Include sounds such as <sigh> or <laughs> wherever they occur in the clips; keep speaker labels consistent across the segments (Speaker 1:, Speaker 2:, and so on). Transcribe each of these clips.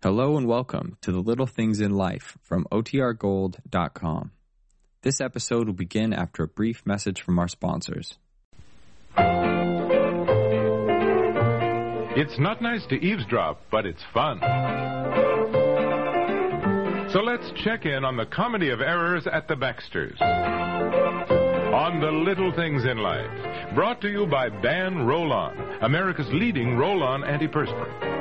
Speaker 1: Hello and welcome to the Little Things in Life from OTRGold.com. This episode will begin after a brief message from our sponsors.
Speaker 2: It's not nice to eavesdrop, but it's fun. So let's check in on the comedy of errors at the Baxters. On the little things in life. Brought to you by Ban Roll On, America's leading roll on antiperspirant.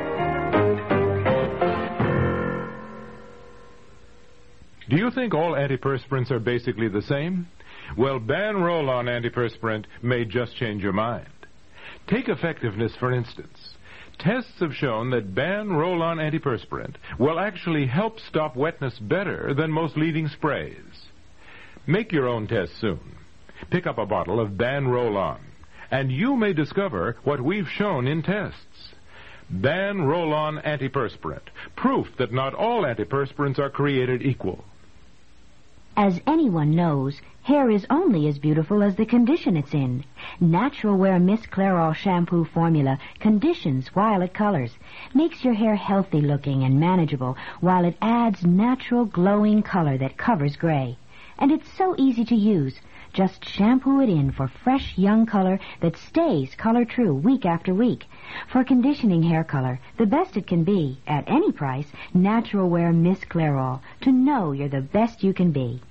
Speaker 2: Do you think all antiperspirants are basically the same? Well, Ban Roll On antiperspirant may just change your mind. Take effectiveness, for instance. Tests have shown that Ban Roll On antiperspirant will actually help stop wetness better than most leading sprays. Make your own test soon. Pick up a bottle of Ban Roll On, and you may discover what we've shown in tests. Ban Roll On antiperspirant, proof that not all antiperspirants are created equal.
Speaker 3: As anyone knows, hair is only as beautiful as the condition it's in. Natural Wear Miss Clairol shampoo formula conditions while it colors, makes your hair healthy looking and manageable while it adds natural glowing color that covers gray. And it's so easy to use. Just shampoo it in for fresh young color that stays color true week after week. For conditioning hair color, the best it can be, at any price, Natural Wear Miss Clairol, to know you're the best you can be.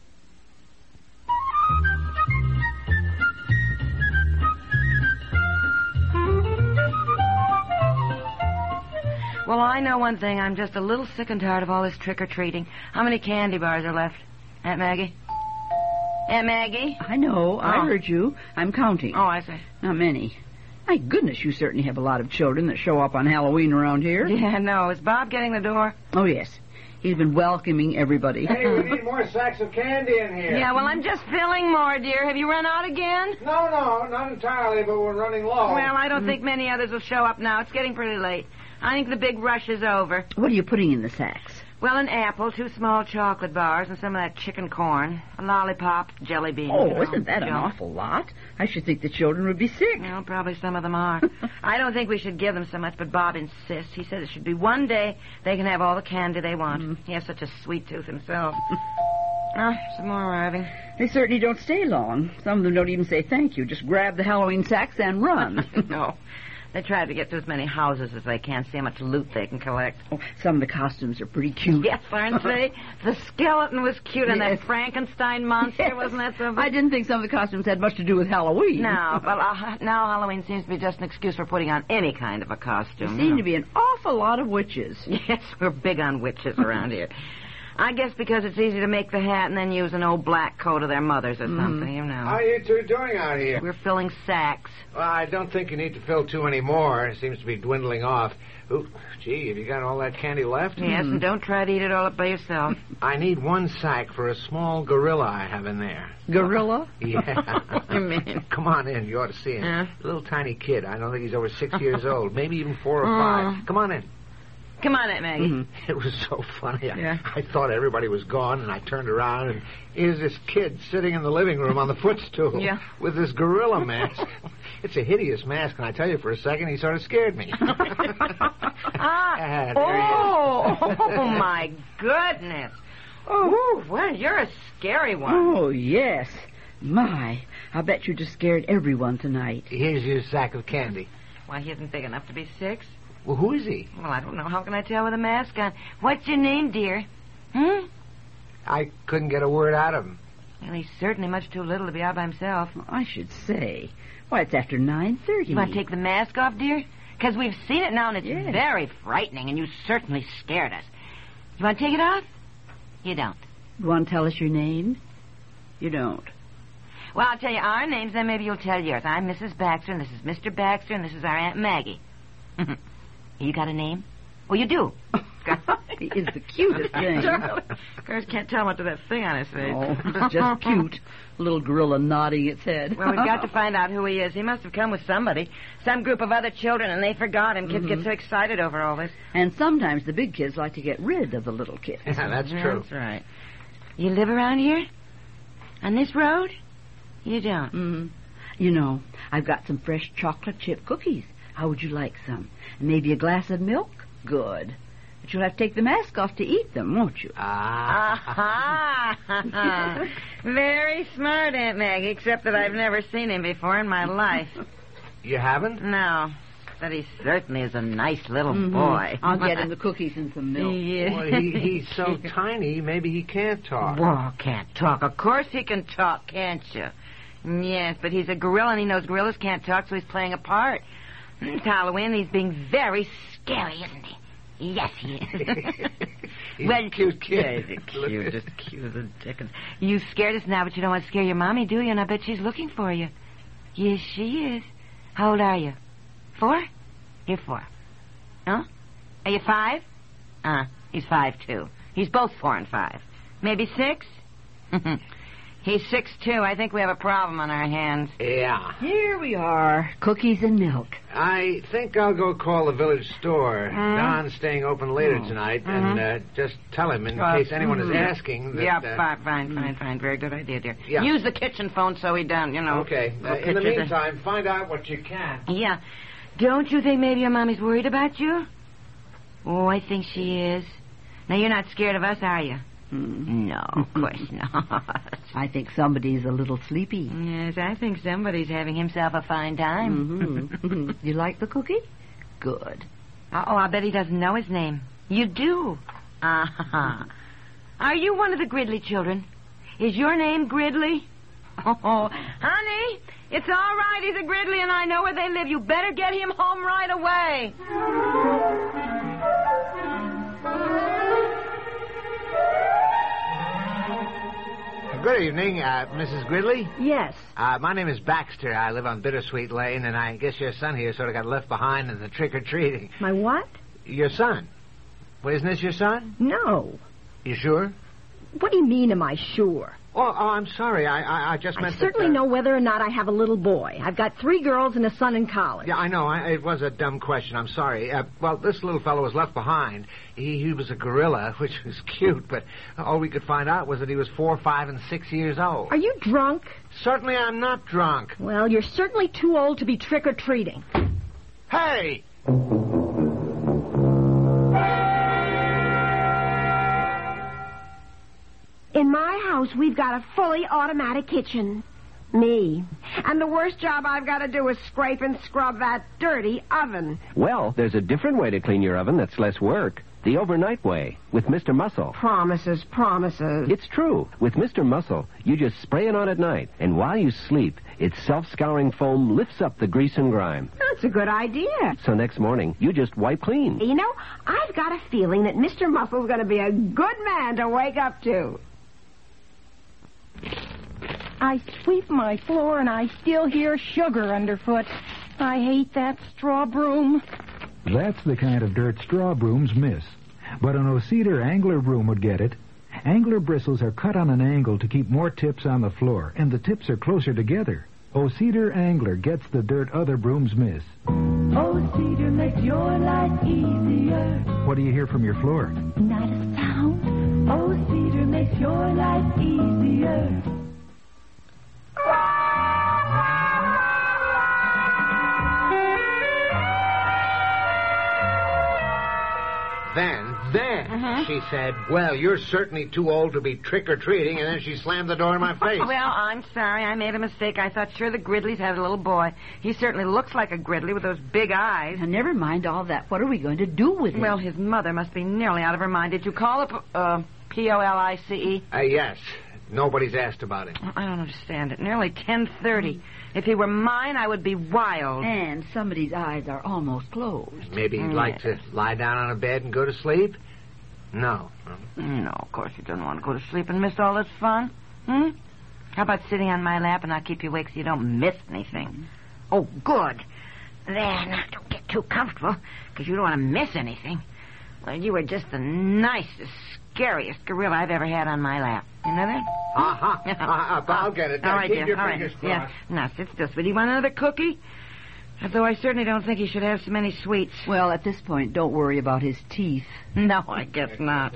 Speaker 4: Well, I know one thing. I'm just a little sick and tired of all this trick or treating. How many candy bars are left? Aunt Maggie? Aunt Maggie?
Speaker 5: I know. I
Speaker 4: Oh.
Speaker 5: heard you. I'm counting.
Speaker 4: Oh, I say.
Speaker 5: Not many. My goodness, you certainly have a lot of children that show up on Halloween around here.
Speaker 4: Yeah, no. Is Bob getting the door?
Speaker 5: Oh, yes. He's been welcoming everybody.
Speaker 6: Hey, we need more sacks of candy in here.
Speaker 4: Yeah, well, I'm just filling more, dear. Have you run out again?
Speaker 6: No, no, not entirely, but we're running low.
Speaker 4: Well, I don't think many others will show up now. It's getting pretty late. I think the big rush is over.
Speaker 5: What are you putting in the sacks?
Speaker 4: Well, an apple, two small chocolate bars, and some of that chicken corn, a lollipop, jelly beans. you
Speaker 5: Oh,
Speaker 4: know,
Speaker 5: isn't that an
Speaker 4: junk.
Speaker 5: awful lot? I should think the children would be sick.
Speaker 4: Well, probably some of them
Speaker 5: <laughs>
Speaker 4: are. I don't think we should give them so much, but Bob insists. He says it should be one day they can have all the candy they want.
Speaker 5: Mm.
Speaker 4: He has such a sweet tooth
Speaker 5: <laughs>
Speaker 4: himself. Ah, some more arriving.
Speaker 5: They certainly don't stay long. Some of them don't even say thank you. Just grab the Halloween sacks and <laughs> run.
Speaker 4: no. They try to get to as many houses as they can, see how much loot they can collect.
Speaker 5: Oh, some of the costumes are pretty cute.
Speaker 4: Yes, aren't
Speaker 5: <laughs>
Speaker 4: they? The skeleton was cute, and
Speaker 5: Yes.
Speaker 4: that Frankenstein monster,
Speaker 5: Yes.
Speaker 4: wasn't that something?
Speaker 5: I didn't think some of the costumes had much to do with Halloween.
Speaker 4: No, well, uh, now Halloween seems to be just an excuse for putting on any kind of a costume.
Speaker 5: Seem to be an awful lot of witches.
Speaker 4: <laughs> Yes, we're big on witches around here. I guess because it's easy to make the hat and then use an old black coat of their mother's or something, you know.
Speaker 6: How are you two doing out here?
Speaker 4: We're filling sacks.
Speaker 6: Well, I don't think you need to fill too many more. It seems to be dwindling off. Ooh, gee, have you got all that candy left?
Speaker 4: Yes, and don't try to eat it all up by yourself.
Speaker 6: I need one sack for a small gorilla I have in there.
Speaker 5: Gorilla?
Speaker 4: <laughs>
Speaker 6: Yeah.
Speaker 4: I mean.
Speaker 6: Come on in. You ought to see him.
Speaker 4: Yeah.
Speaker 6: Little tiny kid. I don't think he's over six
Speaker 4: <laughs>
Speaker 6: years old. Maybe even four or five. Come on in.
Speaker 4: Oh.
Speaker 6: Mm-hmm.
Speaker 4: Come on, Aunt Maggie.
Speaker 6: <laughs> It was so funny. I,
Speaker 4: Yeah.
Speaker 6: I thought everybody was gone, and I turned around, and here's this kid sitting in the living room on the footstool
Speaker 4: Yeah.
Speaker 6: with this gorilla
Speaker 4: <laughs>
Speaker 6: mask. it's a hideous mask, and I tell you, for a second, he sort of scared
Speaker 4: <laughs>
Speaker 6: me.
Speaker 4: Ah,
Speaker 6: Ah, <laughs> there he
Speaker 4: oh,
Speaker 6: is.
Speaker 4: oh, my goodness. Oh, whew, well, you're a scary one.
Speaker 5: Oh, yes. My, I bet you just scared everyone tonight.
Speaker 6: here's your sack of candy.
Speaker 4: Why, he isn't big enough to be six.
Speaker 6: Well, who is he?
Speaker 4: Well, I don't know. How can I tell with a mask on? What's your name, dear? Hmm?
Speaker 6: I couldn't get a word out of him. <laughs>
Speaker 4: Well, he's certainly much too little to be out by himself.
Speaker 5: I should say. Why, it's after 9.30.
Speaker 4: You want to take the mask off, dear? Because we've seen it now, and it's
Speaker 5: Yes.
Speaker 4: very frightening, and you certainly scared us. You want to take it off? You don't.
Speaker 5: You want to tell us your name?
Speaker 4: <laughs>
Speaker 5: You don't.
Speaker 4: Well, I'll tell you our names, then maybe you'll tell yours. I'm Mrs. Baxter, and this is Mr. Baxter, and this is our Aunt Maggie. <laughs> you got a name? Well, you do.
Speaker 5: he is the
Speaker 4: <laughs>
Speaker 5: cutest thing.
Speaker 4: Girls can't tell much of that thing on his face.
Speaker 5: Oh,
Speaker 4: <laughs>
Speaker 5: it's just cute. Little gorilla nodding its head.
Speaker 4: Well, we've got
Speaker 5: <laughs>
Speaker 4: to find out who he is. He must have come with somebody, some group of other children, and they forgot him. Kids
Speaker 5: Mm-hmm.
Speaker 4: get so excited over all this.
Speaker 5: And sometimes the big kids like to get rid of the little kids.
Speaker 6: Yeah, that's
Speaker 4: Yeah,
Speaker 6: true.
Speaker 4: That's right. You live around here? On this road? You don't.
Speaker 5: Mm. You know, I've got some fresh chocolate chip cookies. How would you like some? Maybe a glass of milk? Good. But you'll have to take the mask off to eat them, won't you?
Speaker 6: Ah.
Speaker 4: Aha! <laughs> Very smart, Aunt Maggie, except that I've never seen him before in my life.
Speaker 6: You haven't?
Speaker 4: No, but he certainly is a nice little
Speaker 6: Mm-hmm.
Speaker 4: boy.
Speaker 5: Mm-hmm. I'll get him the cookies and some
Speaker 7: <laughs>
Speaker 5: milk.
Speaker 4: <laughs> Yeah.
Speaker 6: Boy,
Speaker 4: <laughs>
Speaker 6: he, he's so tiny, maybe he can't talk.
Speaker 4: Whoa, can't talk. Of course he can talk, can't you? Mm, Yes, but he's a gorilla and he knows gorillas can't talk, so he's playing a part. It's Halloween, he's being very scary, isn't he? Yes, he is.
Speaker 6: <laughs> He's
Speaker 4: well,
Speaker 6: a cute kid.
Speaker 4: He's
Speaker 6: <laughs>
Speaker 4: a cute, just cute as a dickens. You scared us now, but you don't want to scare your mommy, do you? And I bet she's looking for you. Yes, she is. How old are you? Four? You're four. Huh? Are you five? Uh, he's five, too. He's both four and five. Maybe six? <laughs> he's six, too. I think we have a problem on our hands.
Speaker 6: Yeah.
Speaker 5: Here we are. Cookies and milk.
Speaker 6: I think I'll go call the village store. Don's staying open later tonight, and uh, just tell him in
Speaker 4: Well,
Speaker 6: case anyone is
Speaker 4: mhm.
Speaker 6: asking that.
Speaker 4: yeah,
Speaker 6: uh,
Speaker 4: fine, fine, fine, fine. Very good idea, dear.
Speaker 6: Yeah.
Speaker 4: Use the kitchen phone so we don't, you know.
Speaker 6: Okay. Uh,
Speaker 4: no
Speaker 6: in the
Speaker 4: pictures.
Speaker 6: meantime, find out what you can.
Speaker 4: Yeah. Don't you think maybe your mommy's worried about you? Oh, I think she is. Now, you're not scared of us, are you?
Speaker 7: Mm.
Speaker 4: No, <laughs> of course not.
Speaker 5: I think somebody's a little sleepy.
Speaker 4: Yes, I think somebody's having himself a fine time. Mm-hmm. <laughs>
Speaker 7: Mm-hmm.
Speaker 5: hmm <laughs> you like the cookie? Good.
Speaker 4: Oh, I bet he doesn't know his name. You do? Ah. <laughs> Are you one of the Gridley children? Is your name Gridley? <laughs> Oh, honey, it's all right. He's a Gridley, and I know where they live. You better get him home right away.
Speaker 6: Good evening, uh, Mrs. Gridley.
Speaker 5: Yes.
Speaker 6: Uh, my name is Baxter. I live on Bittersweet Lane, and I guess your son here sort of got left behind in the trick or treating.
Speaker 5: My what?
Speaker 6: Your son? Well, isn't this your son?
Speaker 5: No.
Speaker 6: You sure?
Speaker 7: What do you mean, am I sure?
Speaker 6: Oh, oh I'm sorry. I, I, I just
Speaker 7: I
Speaker 6: meant.
Speaker 7: certainly
Speaker 6: that, uh,
Speaker 7: know whether or not I have a little boy. I've got three girls and a son in college.
Speaker 6: Yeah, I know. I, it was a dumb question. I'm sorry. Uh, well, this little fellow was left behind. He, he was a gorilla, <laughs> which was cute, but all we could find out was that he was four, five, and six years old.
Speaker 7: Are you drunk?
Speaker 6: Certainly, I'm not drunk.
Speaker 7: Well, you're certainly too old to be trick or treating.
Speaker 6: Hey!
Speaker 7: In my house, we've got a fully automatic kitchen. Me. And the worst job I've got to do is scrape and scrub that dirty oven.
Speaker 8: Well, there's a different way to clean your oven that's less work. The overnight way, with Mr. Muscle.
Speaker 7: Promises, promises.
Speaker 8: It's true. With Mr. Muscle, you just spray it on at night, and while you sleep, its self scouring foam lifts up the grease and grime.
Speaker 7: That's a good idea.
Speaker 8: So next morning, you just wipe clean.
Speaker 7: You know, I've got a feeling that Mr. Muscle's going to be a good man to wake up to.
Speaker 9: I sweep my floor and I still hear sugar underfoot. I hate that straw broom.
Speaker 10: That's the kind of dirt straw brooms miss. But an Oceder angler broom would get it. Angler bristles are cut on an angle to keep more tips on the floor, and the tips are closer together. Oceder angler gets the dirt other brooms miss.
Speaker 9: Cedar makes your life easier.
Speaker 10: What do you hear from your floor?
Speaker 9: Not a sound. Oh, Cedar makes your life easier.
Speaker 6: Then, then,
Speaker 4: Mm-hmm.
Speaker 6: she said, Well, you're certainly too old to be trick or treating, and then she slammed the door in my
Speaker 4: <laughs>
Speaker 6: face.
Speaker 4: Well, I'm sorry. I made a mistake. I thought sure the Gridleys had a little boy. He certainly looks like a Gridley with those big eyes.
Speaker 5: Now, never mind all that. What are we going to do with it?
Speaker 4: Well, his mother must be nearly out of her mind. Did you call up uh, P O L I C E?
Speaker 6: Uh, yes. Nobody's asked about it.
Speaker 4: I don't understand it. Nearly ten thirty. If he were mine, I would be wild.
Speaker 5: and somebody's eyes are almost closed.
Speaker 6: Maybe he'd like to
Speaker 4: Mm.
Speaker 6: lie down on a bed and go to sleep?
Speaker 4: <laughs>
Speaker 6: No.
Speaker 4: No, of course you don't want to go to sleep and miss all this fun. Hmm? How about sitting on my lap and I'll keep you awake so you don't miss anything? Oh, good. There, now don't get too comfortable, 'cause you don't want to miss anything. Well, you were just the nicest, scariest gorilla I've ever had on my lap. You know that?
Speaker 7: <laughs>
Speaker 6: Uh-huh. Uh-huh. I'll get it.
Speaker 4: All
Speaker 6: Now,
Speaker 4: right,
Speaker 6: keep
Speaker 4: dear.
Speaker 6: your
Speaker 4: all right.
Speaker 6: fingers
Speaker 4: Yeah.
Speaker 6: crossed.
Speaker 4: Now, sit still, sweetie. You want another cookie? Although I certainly don't think he should have so many sweets.
Speaker 5: Well, at this point, don't worry about his teeth.
Speaker 4: No, I guess not.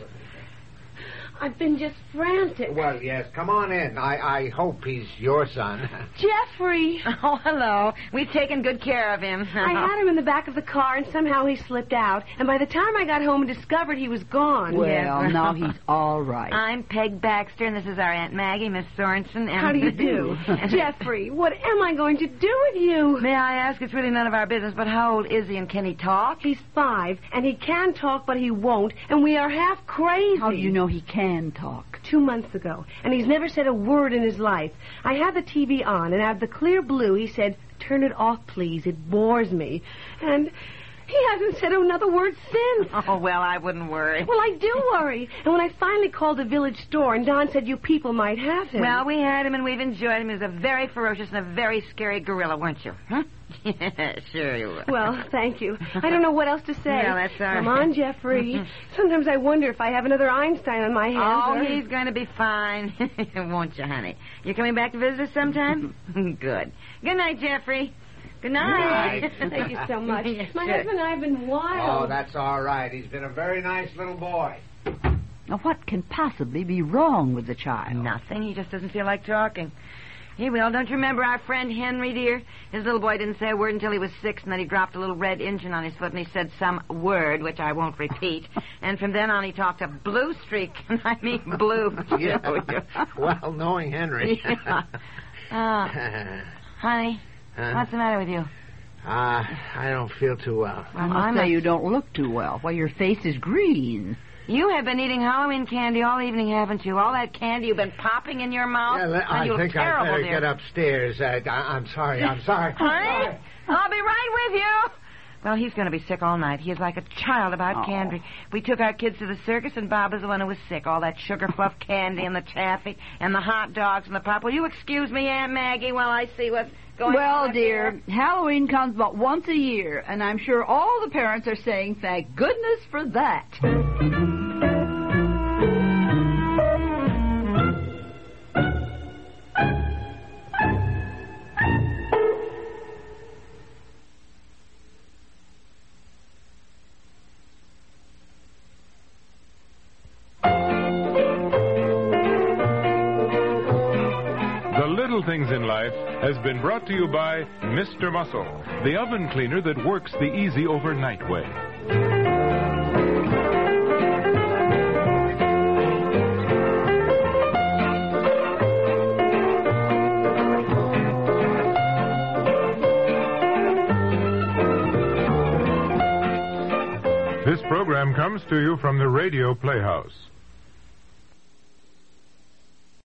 Speaker 7: I've been just frantic.
Speaker 6: Well, yes, come on in. I, I hope he's your son.
Speaker 4: <laughs>
Speaker 7: Jeffrey.
Speaker 4: Oh, hello. We've taken good care of him.
Speaker 7: I had him in the back of the car, and somehow he slipped out. And by the time I got home and discovered he was gone.
Speaker 5: Well,
Speaker 7: <laughs>
Speaker 5: now he's all
Speaker 4: <laughs>
Speaker 5: right.
Speaker 4: I'm Peg Baxter, and this is our Aunt Maggie, Miss Sorensen. And
Speaker 7: How do you do? <laughs> Jeffrey, what am I going to do with you?
Speaker 4: May I ask? It's really none of our business, but how old is he and can he talk?
Speaker 7: He's five, and he can talk, but he won't, and we are half crazy.
Speaker 5: How do you know he can talk?
Speaker 7: Two months ago, and he's never said a word in his life. I had the TV on, and out of the clear blue, he said, Turn it off, please. It bores me. And he hasn't said another word since.
Speaker 4: Oh, well, I wouldn't worry.
Speaker 7: Well, I do worry. And when I finally called the village store and Don said you people might have him.
Speaker 4: Well, we had him and we've enjoyed him. He was a very ferocious and a very scary gorilla, weren't you? Huh? <laughs> yeah, sure you were.
Speaker 7: Well, <laughs> thank you. I don't know what else to say.
Speaker 4: Yeah, that's all
Speaker 7: Come
Speaker 4: right.
Speaker 7: on,
Speaker 4: <laughs>
Speaker 7: Jeffrey. Sometimes I wonder if I have another Einstein on my hands.
Speaker 4: Oh,
Speaker 7: or-
Speaker 4: he's going to be fine. <laughs> Won't you, honey? You coming back to visit us sometime? <laughs> Good. Good night, Jeffrey. Good night. <laughs>
Speaker 6: Good night.
Speaker 7: Thank you so much.
Speaker 4: Yes,
Speaker 7: My
Speaker 4: sure.
Speaker 7: husband and I have been wild.
Speaker 6: Oh, that's all right. He's been a very nice
Speaker 4: <laughs>
Speaker 6: little boy.
Speaker 5: Now, what can possibly be wrong with the child?
Speaker 4: Nothing. He just doesn't feel like talking. He will. Don't you remember our friend Henry, dear? His little boy didn't say a word until he was six, and then he dropped a little red engine on his foot, and he said some word, which I won't
Speaker 7: <laughs>
Speaker 4: repeat. and from then on, he talked a blue streak, <laughs> and I mean
Speaker 7: <laughs>
Speaker 4: blue.
Speaker 6: <laughs>
Speaker 4: <laughs>
Speaker 6: well, knowing Henry.
Speaker 4: Yeah. Ah,
Speaker 6: <laughs>
Speaker 4: honey,
Speaker 6: Huh?
Speaker 4: what's the matter with you?
Speaker 6: Uh, I don't feel too well.
Speaker 5: I must
Speaker 4: I'm
Speaker 5: say
Speaker 4: a-
Speaker 5: you don't look too well. Why, your face is green.
Speaker 4: You have been eating Halloween candy all evening, haven't you? All that candy you've been popping in your mouth.
Speaker 6: Yeah, le-
Speaker 4: and you
Speaker 6: I
Speaker 4: look
Speaker 6: think
Speaker 4: terrible,
Speaker 6: I better
Speaker 4: dear.
Speaker 6: get upstairs. I, I, I'm sorry. I'm sorry.
Speaker 4: <laughs> Honey, I'll be right with you. Well, he's going to be sick all night. He is like a child about
Speaker 5: Oh.
Speaker 4: candy. We took our kids to the circus, and Bob was the one who was sick. All that sugar fluff candy and the taffy and the hot dogs and the pop. Will you excuse me, Aunt Maggie, while I see what's going on?
Speaker 5: Well,
Speaker 4: up
Speaker 5: dear,
Speaker 4: here?
Speaker 5: Halloween comes but once a year, and I'm sure all the parents are saying thank goodness for that.
Speaker 2: The Little Things in Life has been brought to you by Mr. Muscle, the oven cleaner that works the easy overnight way. This program comes to you from the Radio Playhouse.